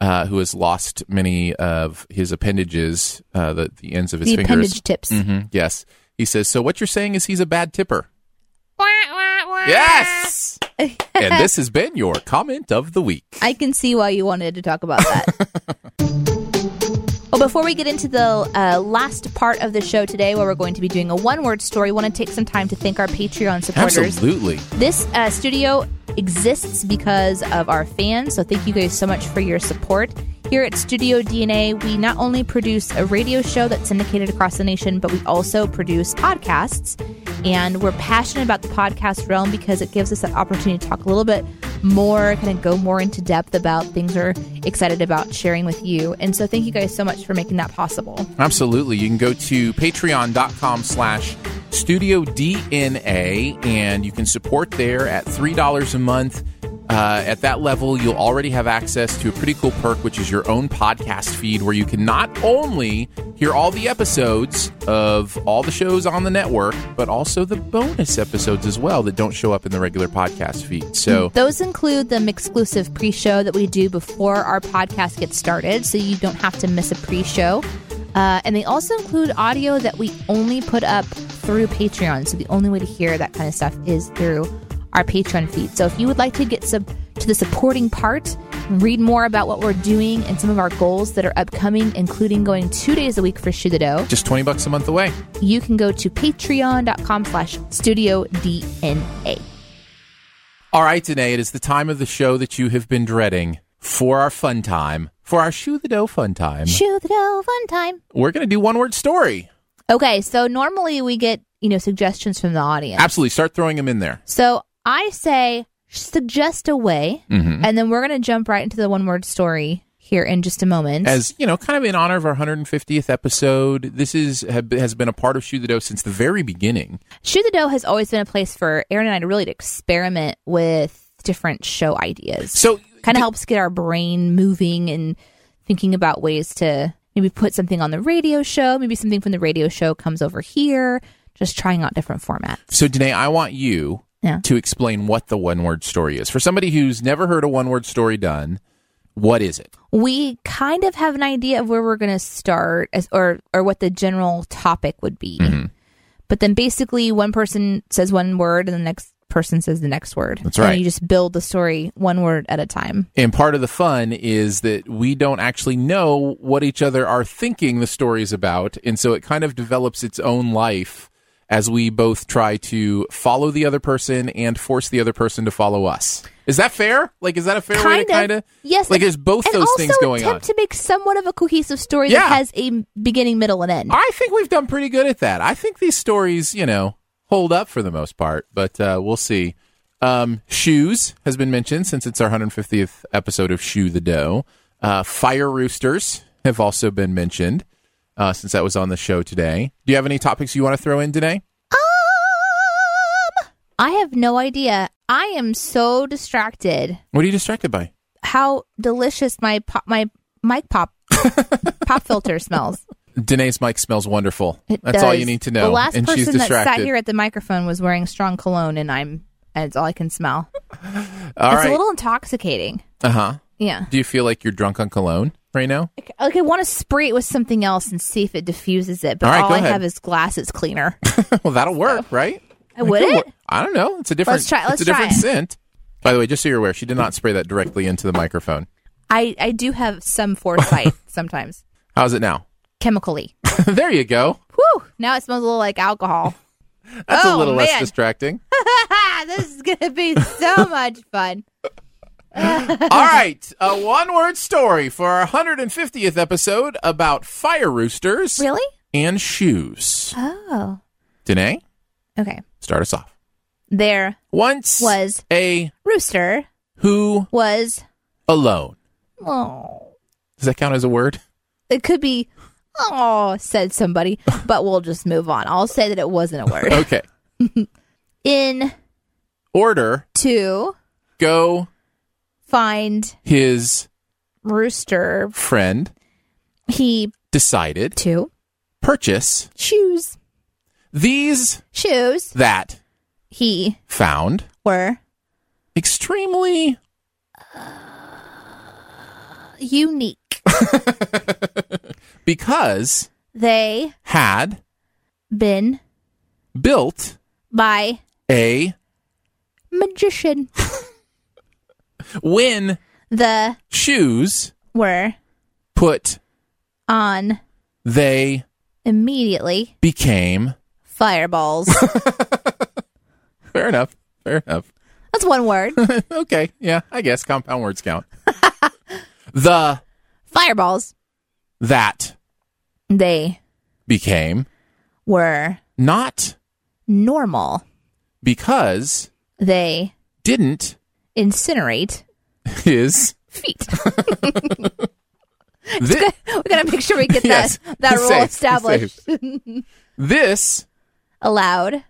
Speaker 3: uh, who has lost many of his appendages, uh, the, the ends of his
Speaker 1: The
Speaker 3: fingers.
Speaker 1: appendage tips.
Speaker 3: Mhm, yes. He says, So what you're saying is he's a bad tipper. Yes. and this has been your comment of the week.
Speaker 1: I can see why you wanted to talk about that. well, before we get into the uh, last part of the show today, where we're going to be doing a one-word story, want to take some time to thank our Patreon supporters.
Speaker 3: Absolutely.
Speaker 1: This uh, studio exists because of our fans, so thank you guys so much for your support. Here at Studio DNA, we not only produce a radio show that's syndicated across the nation, but we also produce podcasts. And we're passionate about the podcast realm because it gives us that opportunity to talk a little bit more, kind of go more into depth about things we're excited about sharing with you. And so thank you guys so much for making that possible.
Speaker 3: Absolutely. You can go to patreon.com slash studio DNA and you can support there at $3 a month. Uh, at that level, you'll already have access to a pretty cool perk, which is your own podcast feed, where you can not only Hear all the episodes of all the shows on the network, but also the bonus episodes as well that don't show up in the regular podcast feed. So,
Speaker 1: Those include the exclusive pre show that we do before our podcast gets started, so you don't have to miss a pre show. Uh, and they also include audio that we only put up through Patreon. So the only way to hear that kind of stuff is through our Patreon feed. So if you would like to get sub- to the supporting part, read more about what we're doing and some of our goals that are upcoming, including going two days a week for Shoe the Dough,
Speaker 3: just 20 bucks a month away.
Speaker 1: you can go to patreon.com slash studio DNA.
Speaker 3: All right, today it is the time of the show that you have been dreading for our fun time, for our shoe the dough fun time.
Speaker 1: Shoe the Dough fun time.
Speaker 3: We're going to do one word story.
Speaker 1: Okay, so normally we get, you know, suggestions from the audience.
Speaker 3: Absolutely. Start throwing them in there.
Speaker 1: So I say suggest a way,
Speaker 3: Mm-hmm.
Speaker 1: and then we're going to jump right into the one word story here in just a moment.
Speaker 3: As you know, kind of in honor of our 150th episode, this is ha- has been a part of Shoe the Dough since the very beginning.
Speaker 1: Shoe the Dough has always been a place for Aaron and I to really to experiment with different show ideas.
Speaker 3: So,
Speaker 1: kind of helps get our brain moving and thinking about ways to maybe put something on the radio show, maybe something from the radio show comes over here, just trying out different formats.
Speaker 3: so Danae, I want you
Speaker 1: Yeah.
Speaker 3: to explain what the one word story is for somebody who's never heard a one word story done. What is it?
Speaker 1: we kind of have an idea of where we're going to start as, or or what the general topic would be
Speaker 3: Mm-hmm.
Speaker 1: but then basically one person says one word and the next person says the next word
Speaker 3: That's
Speaker 1: and
Speaker 3: right.
Speaker 1: you just build the story one word at a time
Speaker 3: And part of the fun is that we don't actually know what each other are thinking the story is about. And so it kind of develops its own life as we both try to follow the other person and force the other person to follow us. Is that fair? Like, is that a fair way to kind of?
Speaker 1: yes
Speaker 3: Like,
Speaker 1: and-
Speaker 3: there's both
Speaker 1: and
Speaker 3: those
Speaker 1: also
Speaker 3: things going
Speaker 1: attempt to
Speaker 3: on.
Speaker 1: make somewhat of a cohesive story
Speaker 3: Yeah. Ah!
Speaker 1: that has a beginning middle and end
Speaker 3: I think we've done pretty good at that. I think these stories, you know, hold up for the most part, but uh, we'll see. Um, shoes has been mentioned since it's our 150th episode of Shoe the Dough. Uh, fire roosters have also been mentioned uh, since that was on the show today. Do you have any topics you want to throw in today?
Speaker 1: um, i have no idea i am so distracted
Speaker 3: What are you distracted by?
Speaker 1: how delicious my pop, my mic pop pop filter smells.
Speaker 3: Danae's mic smells wonderful.
Speaker 1: It
Speaker 3: That's all
Speaker 1: does.
Speaker 3: you need to know.
Speaker 1: The last
Speaker 3: and
Speaker 1: person
Speaker 3: she's distracted.
Speaker 1: that sat here at the microphone was wearing strong cologne, and I'm that's all I can smell.
Speaker 3: all
Speaker 1: it's
Speaker 3: right.
Speaker 1: a little intoxicating.
Speaker 3: uh huh.
Speaker 1: Yeah,
Speaker 3: Do you feel like you're drunk on cologne right now?
Speaker 1: like, like I want to spray it with something else and see if it diffuses it. But
Speaker 3: All
Speaker 1: all,
Speaker 3: right, go
Speaker 1: I
Speaker 3: ahead.
Speaker 1: have is glasses cleaner.
Speaker 3: well, that'll work, right?
Speaker 1: I would
Speaker 3: Could
Speaker 1: it?
Speaker 3: work. I don't know. It's a different.
Speaker 1: Let's try-
Speaker 3: it's
Speaker 1: let's
Speaker 3: a different
Speaker 1: try it.
Speaker 3: scent. By the way, just so you're aware, she did not spray that directly into the microphone.
Speaker 1: I I do have some foresight sometimes
Speaker 3: How's it now?
Speaker 1: chemically.
Speaker 3: there you go.
Speaker 1: Whew! Now it smells a little like alcohol.
Speaker 3: That's a
Speaker 1: Oh,
Speaker 3: little less
Speaker 1: man.
Speaker 3: distracting.
Speaker 1: this is gonna be so much fun.
Speaker 3: All right, a one-word story for our 150th episode about fire roosters
Speaker 1: Really?
Speaker 3: and shoes.
Speaker 1: Oh.
Speaker 3: Danae,
Speaker 1: Okay.
Speaker 3: start us off.
Speaker 1: There
Speaker 3: Once
Speaker 1: Was.
Speaker 3: a
Speaker 1: Rooster
Speaker 3: who
Speaker 1: was
Speaker 3: alone.
Speaker 1: oh
Speaker 3: Does that count as a word?
Speaker 1: it could be oh said somebody, but we'll just move on. I'll say that it wasn't a word.
Speaker 3: Okay.
Speaker 1: In
Speaker 3: Order
Speaker 1: to
Speaker 3: go
Speaker 1: find
Speaker 3: his
Speaker 1: rooster
Speaker 3: friend
Speaker 1: he
Speaker 3: decided to
Speaker 1: to
Speaker 3: purchase
Speaker 1: shoes
Speaker 3: these
Speaker 1: shoes
Speaker 3: that
Speaker 1: he
Speaker 3: found
Speaker 1: were
Speaker 3: extremely
Speaker 1: unique.
Speaker 3: because
Speaker 1: They
Speaker 3: had
Speaker 1: been
Speaker 3: built
Speaker 1: by
Speaker 3: a
Speaker 1: magician.
Speaker 3: when
Speaker 1: The
Speaker 3: shoes
Speaker 1: were
Speaker 3: put
Speaker 1: on
Speaker 3: they
Speaker 1: immediately
Speaker 3: became
Speaker 1: fireballs.
Speaker 3: fair enough fair enough
Speaker 1: That's one word.
Speaker 3: okay yeah i guess compound words count the
Speaker 1: Fireballs.
Speaker 3: that
Speaker 1: They
Speaker 3: became
Speaker 1: were
Speaker 3: not
Speaker 1: normal.
Speaker 3: because
Speaker 1: They
Speaker 3: didn't
Speaker 1: incinerate
Speaker 3: is
Speaker 1: feet.
Speaker 3: thi-
Speaker 1: we gotta make sure we get that
Speaker 3: Yes.
Speaker 1: that rule
Speaker 3: Safe,
Speaker 1: established.
Speaker 3: this
Speaker 1: Allowed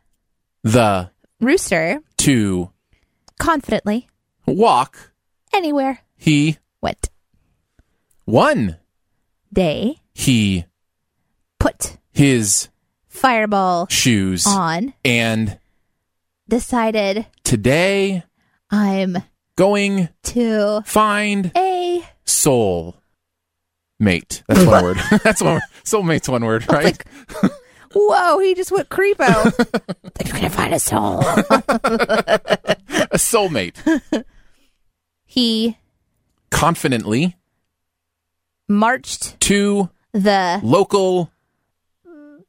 Speaker 3: the
Speaker 1: rooster
Speaker 3: to
Speaker 1: confidently
Speaker 3: walk
Speaker 1: anywhere
Speaker 3: he
Speaker 1: went.
Speaker 3: won
Speaker 1: They
Speaker 3: he
Speaker 1: put
Speaker 3: his
Speaker 1: Fireball
Speaker 3: shoes.
Speaker 1: on,
Speaker 3: And
Speaker 1: decided
Speaker 3: today,
Speaker 1: I'm
Speaker 3: going
Speaker 1: to
Speaker 3: find
Speaker 1: a
Speaker 3: soul mate. That's one word. That's one word. Soul mate's one word, right?
Speaker 1: like, whoa, he just went creepo. Then You're gonna find a soul.
Speaker 3: a soulmate.
Speaker 1: he
Speaker 3: Confidently
Speaker 1: marched
Speaker 3: to
Speaker 1: the
Speaker 3: local.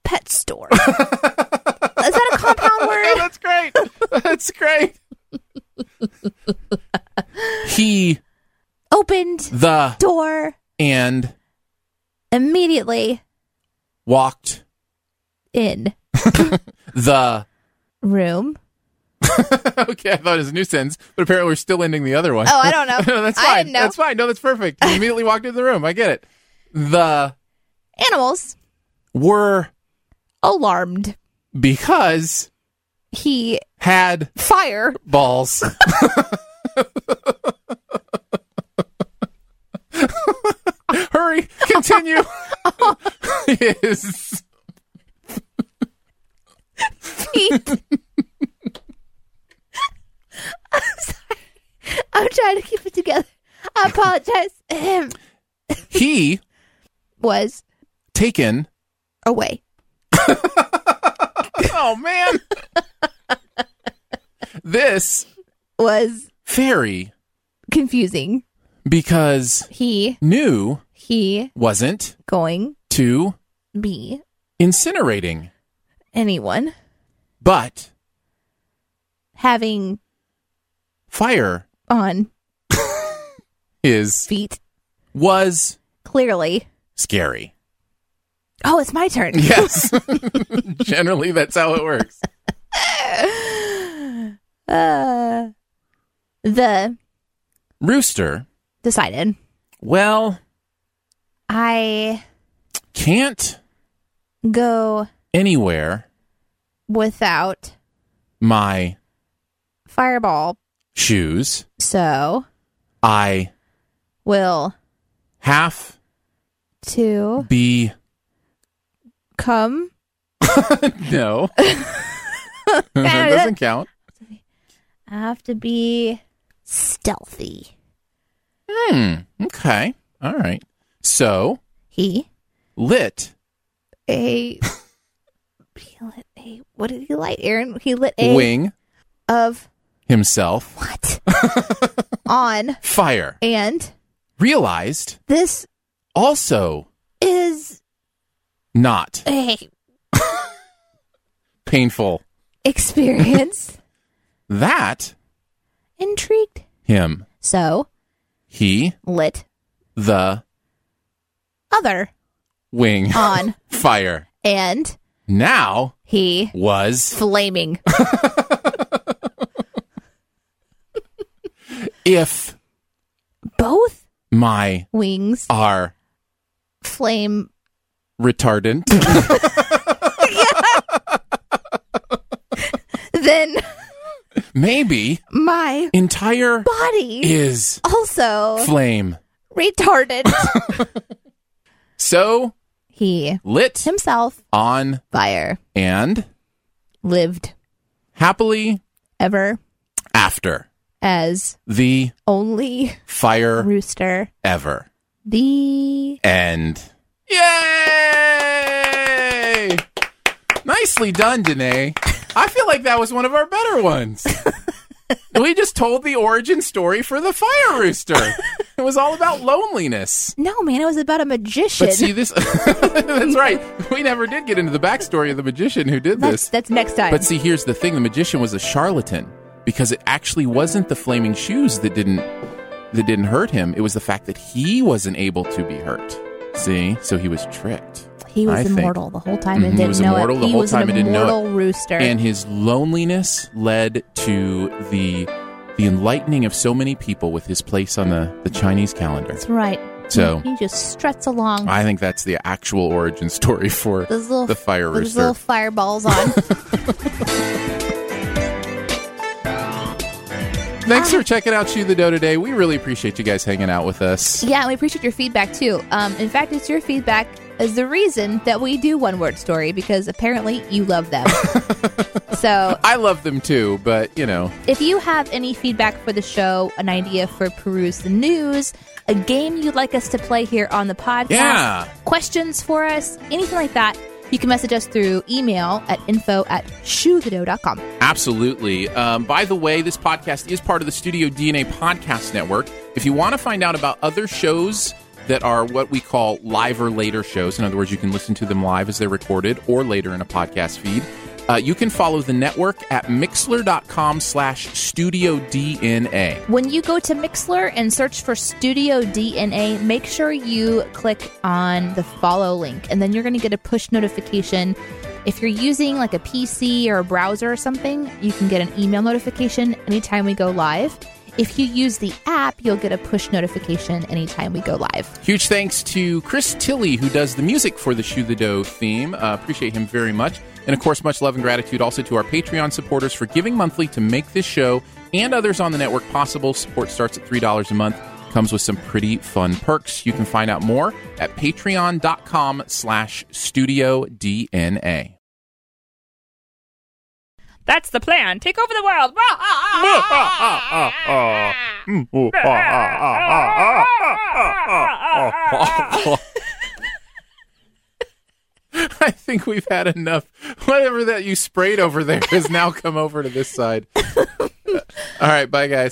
Speaker 1: pet store. Is that a compound word?
Speaker 3: Oh, that's great. That's great. he,
Speaker 1: Opened
Speaker 3: the,
Speaker 1: door
Speaker 3: and
Speaker 1: immediately
Speaker 3: walked
Speaker 1: in
Speaker 3: the.
Speaker 1: room.
Speaker 3: Okay, I thought it was a new sentence, but apparently we're still ending the other one.
Speaker 1: Oh, I don't know.
Speaker 3: no, that's fine.
Speaker 1: I didn't know.
Speaker 3: That's fine. No, that's perfect. You immediately walked into the room. I get it. The
Speaker 1: Animals
Speaker 3: were
Speaker 1: alarmed.
Speaker 3: because
Speaker 1: He
Speaker 3: had
Speaker 1: fire
Speaker 3: balls. Hurry, continue. His
Speaker 1: feet. I'm sorry. I'm trying to keep it together. I apologize.
Speaker 3: he
Speaker 1: Was
Speaker 3: taken.
Speaker 1: away.
Speaker 3: Oh man. this
Speaker 1: Was
Speaker 3: fairy
Speaker 1: confusing.
Speaker 3: because
Speaker 1: He
Speaker 3: new
Speaker 1: he
Speaker 3: wasn't
Speaker 1: going
Speaker 3: to
Speaker 1: be
Speaker 3: incinerating,
Speaker 1: anyone
Speaker 3: but
Speaker 1: having
Speaker 3: fire
Speaker 1: on
Speaker 3: is
Speaker 1: feet
Speaker 3: was
Speaker 1: clearly.
Speaker 3: scary.
Speaker 1: Oh, it's my turn.
Speaker 3: Yes. Generally that's how it works.
Speaker 1: Uh, the
Speaker 3: Rooster.
Speaker 1: decided
Speaker 3: Well,
Speaker 1: I
Speaker 3: can't
Speaker 1: go
Speaker 3: anywhere
Speaker 1: without
Speaker 3: my
Speaker 1: fireball,
Speaker 3: shoes.
Speaker 1: so
Speaker 3: I
Speaker 1: will
Speaker 3: have
Speaker 1: to
Speaker 3: be
Speaker 1: come
Speaker 3: no. that doesn't count.
Speaker 1: I have to be stealthy.
Speaker 3: Hmm. Okay. All right. So
Speaker 1: He
Speaker 3: lit
Speaker 1: a he lit a what did he light, Aaron? He lit a
Speaker 3: wing
Speaker 1: of
Speaker 3: himself
Speaker 1: what on
Speaker 3: fire.
Speaker 1: and
Speaker 3: Realized
Speaker 1: this
Speaker 3: also
Speaker 1: is
Speaker 3: not
Speaker 1: a
Speaker 3: painful
Speaker 1: experience.
Speaker 3: that
Speaker 1: Intrigued.
Speaker 3: him
Speaker 1: So
Speaker 3: he
Speaker 1: lit
Speaker 3: the
Speaker 1: other
Speaker 3: wing
Speaker 1: on
Speaker 3: fire
Speaker 1: and
Speaker 3: now
Speaker 1: he
Speaker 3: was
Speaker 1: flaming
Speaker 3: if
Speaker 1: both
Speaker 3: my
Speaker 1: wings
Speaker 3: are
Speaker 1: flame
Speaker 3: retardant
Speaker 1: then
Speaker 3: maybe
Speaker 1: my
Speaker 3: entire
Speaker 1: body
Speaker 3: is
Speaker 1: also
Speaker 3: flame.
Speaker 1: retarded
Speaker 3: So
Speaker 1: he
Speaker 3: lit
Speaker 1: himself
Speaker 3: on
Speaker 1: fire
Speaker 3: and
Speaker 1: lived
Speaker 3: happily
Speaker 1: ever
Speaker 3: after
Speaker 1: as
Speaker 3: the
Speaker 1: only
Speaker 3: fire
Speaker 1: rooster
Speaker 3: ever.
Speaker 1: the
Speaker 3: And yay! Nicely done, Danae. I feel like that was one of our better ones. we just told the origin story for the fire rooster. It was all about loneliness.
Speaker 1: no man it was about a magician
Speaker 3: But see this That's right. We never did get into the backstory of the magician who did
Speaker 1: that's
Speaker 3: this.
Speaker 1: that's next time
Speaker 3: But see, here's the thing: the magician was a charlatan because it actually wasn't the flaming shoes that didn't that didn't hurt him. It was the fact that he wasn't able to be hurt. See, so he was tricked.
Speaker 1: he was
Speaker 3: I think.
Speaker 1: immortal the whole time
Speaker 3: Mhm,
Speaker 1: and
Speaker 3: he
Speaker 1: didn't
Speaker 3: was
Speaker 1: know
Speaker 3: immortal
Speaker 1: it
Speaker 3: the
Speaker 1: he
Speaker 3: whole
Speaker 1: was
Speaker 3: time
Speaker 1: an
Speaker 3: and didn't know it.
Speaker 1: immortal rooster
Speaker 3: And his loneliness led to the the enlightening of so many people with his place on the, the Chinese calendar.
Speaker 1: that's right
Speaker 3: So-
Speaker 1: he, he just struts along
Speaker 3: I think that's the actual origin story for
Speaker 1: those little
Speaker 3: the fire
Speaker 1: with his
Speaker 3: rooster.
Speaker 1: little fireballs on
Speaker 3: Thanks for checking out Shoe the Dough today. We really appreciate you guys hanging out with us.
Speaker 1: Yeah, and we appreciate your feedback too. Um, in fact, it's your feedback is the reason that we do one word story because apparently you love them. so
Speaker 3: I love them too, but you know,
Speaker 1: If you have any feedback for the show, an idea for Peruse the News, a game you'd like us to play here on the podcast,
Speaker 3: Yeah.
Speaker 1: questions for us, anything like that, you can message us through email at info at shoethedough.com.
Speaker 3: Absolutely. Um, by the way, this podcast is part of the Studio DNA Podcast Network. If you want to find out about other shows that are what we call live or later shows, in other words, you can listen to them live as they're recorded or later in a podcast feed. Uh, you can follow the network at mixler.com slash studio DNA.
Speaker 1: When you go to Mixler and search for Studio DNA, make sure you click on the follow link, and then you're going to get a push notification. If you're using like a PC or a browser or something, you can get an email notification anytime we go live. If you use the app, you'll get a push notification anytime we go live.
Speaker 3: Huge thanks to Chris Tilley, who does the music for the Shoe the Dough theme. Uh, appreciate him very much. And of course, much love and gratitude also to our Patreon supporters for giving monthly to make this show and others on the network possible. Support starts at $3 a month. Comes with some pretty fun perks. You can find out more at patreon.com slash studio DNA.
Speaker 4: That's the plan. Take over the world.
Speaker 3: I think we've had enough. Whatever that you sprayed over there has now come over to this side. All right, bye guys.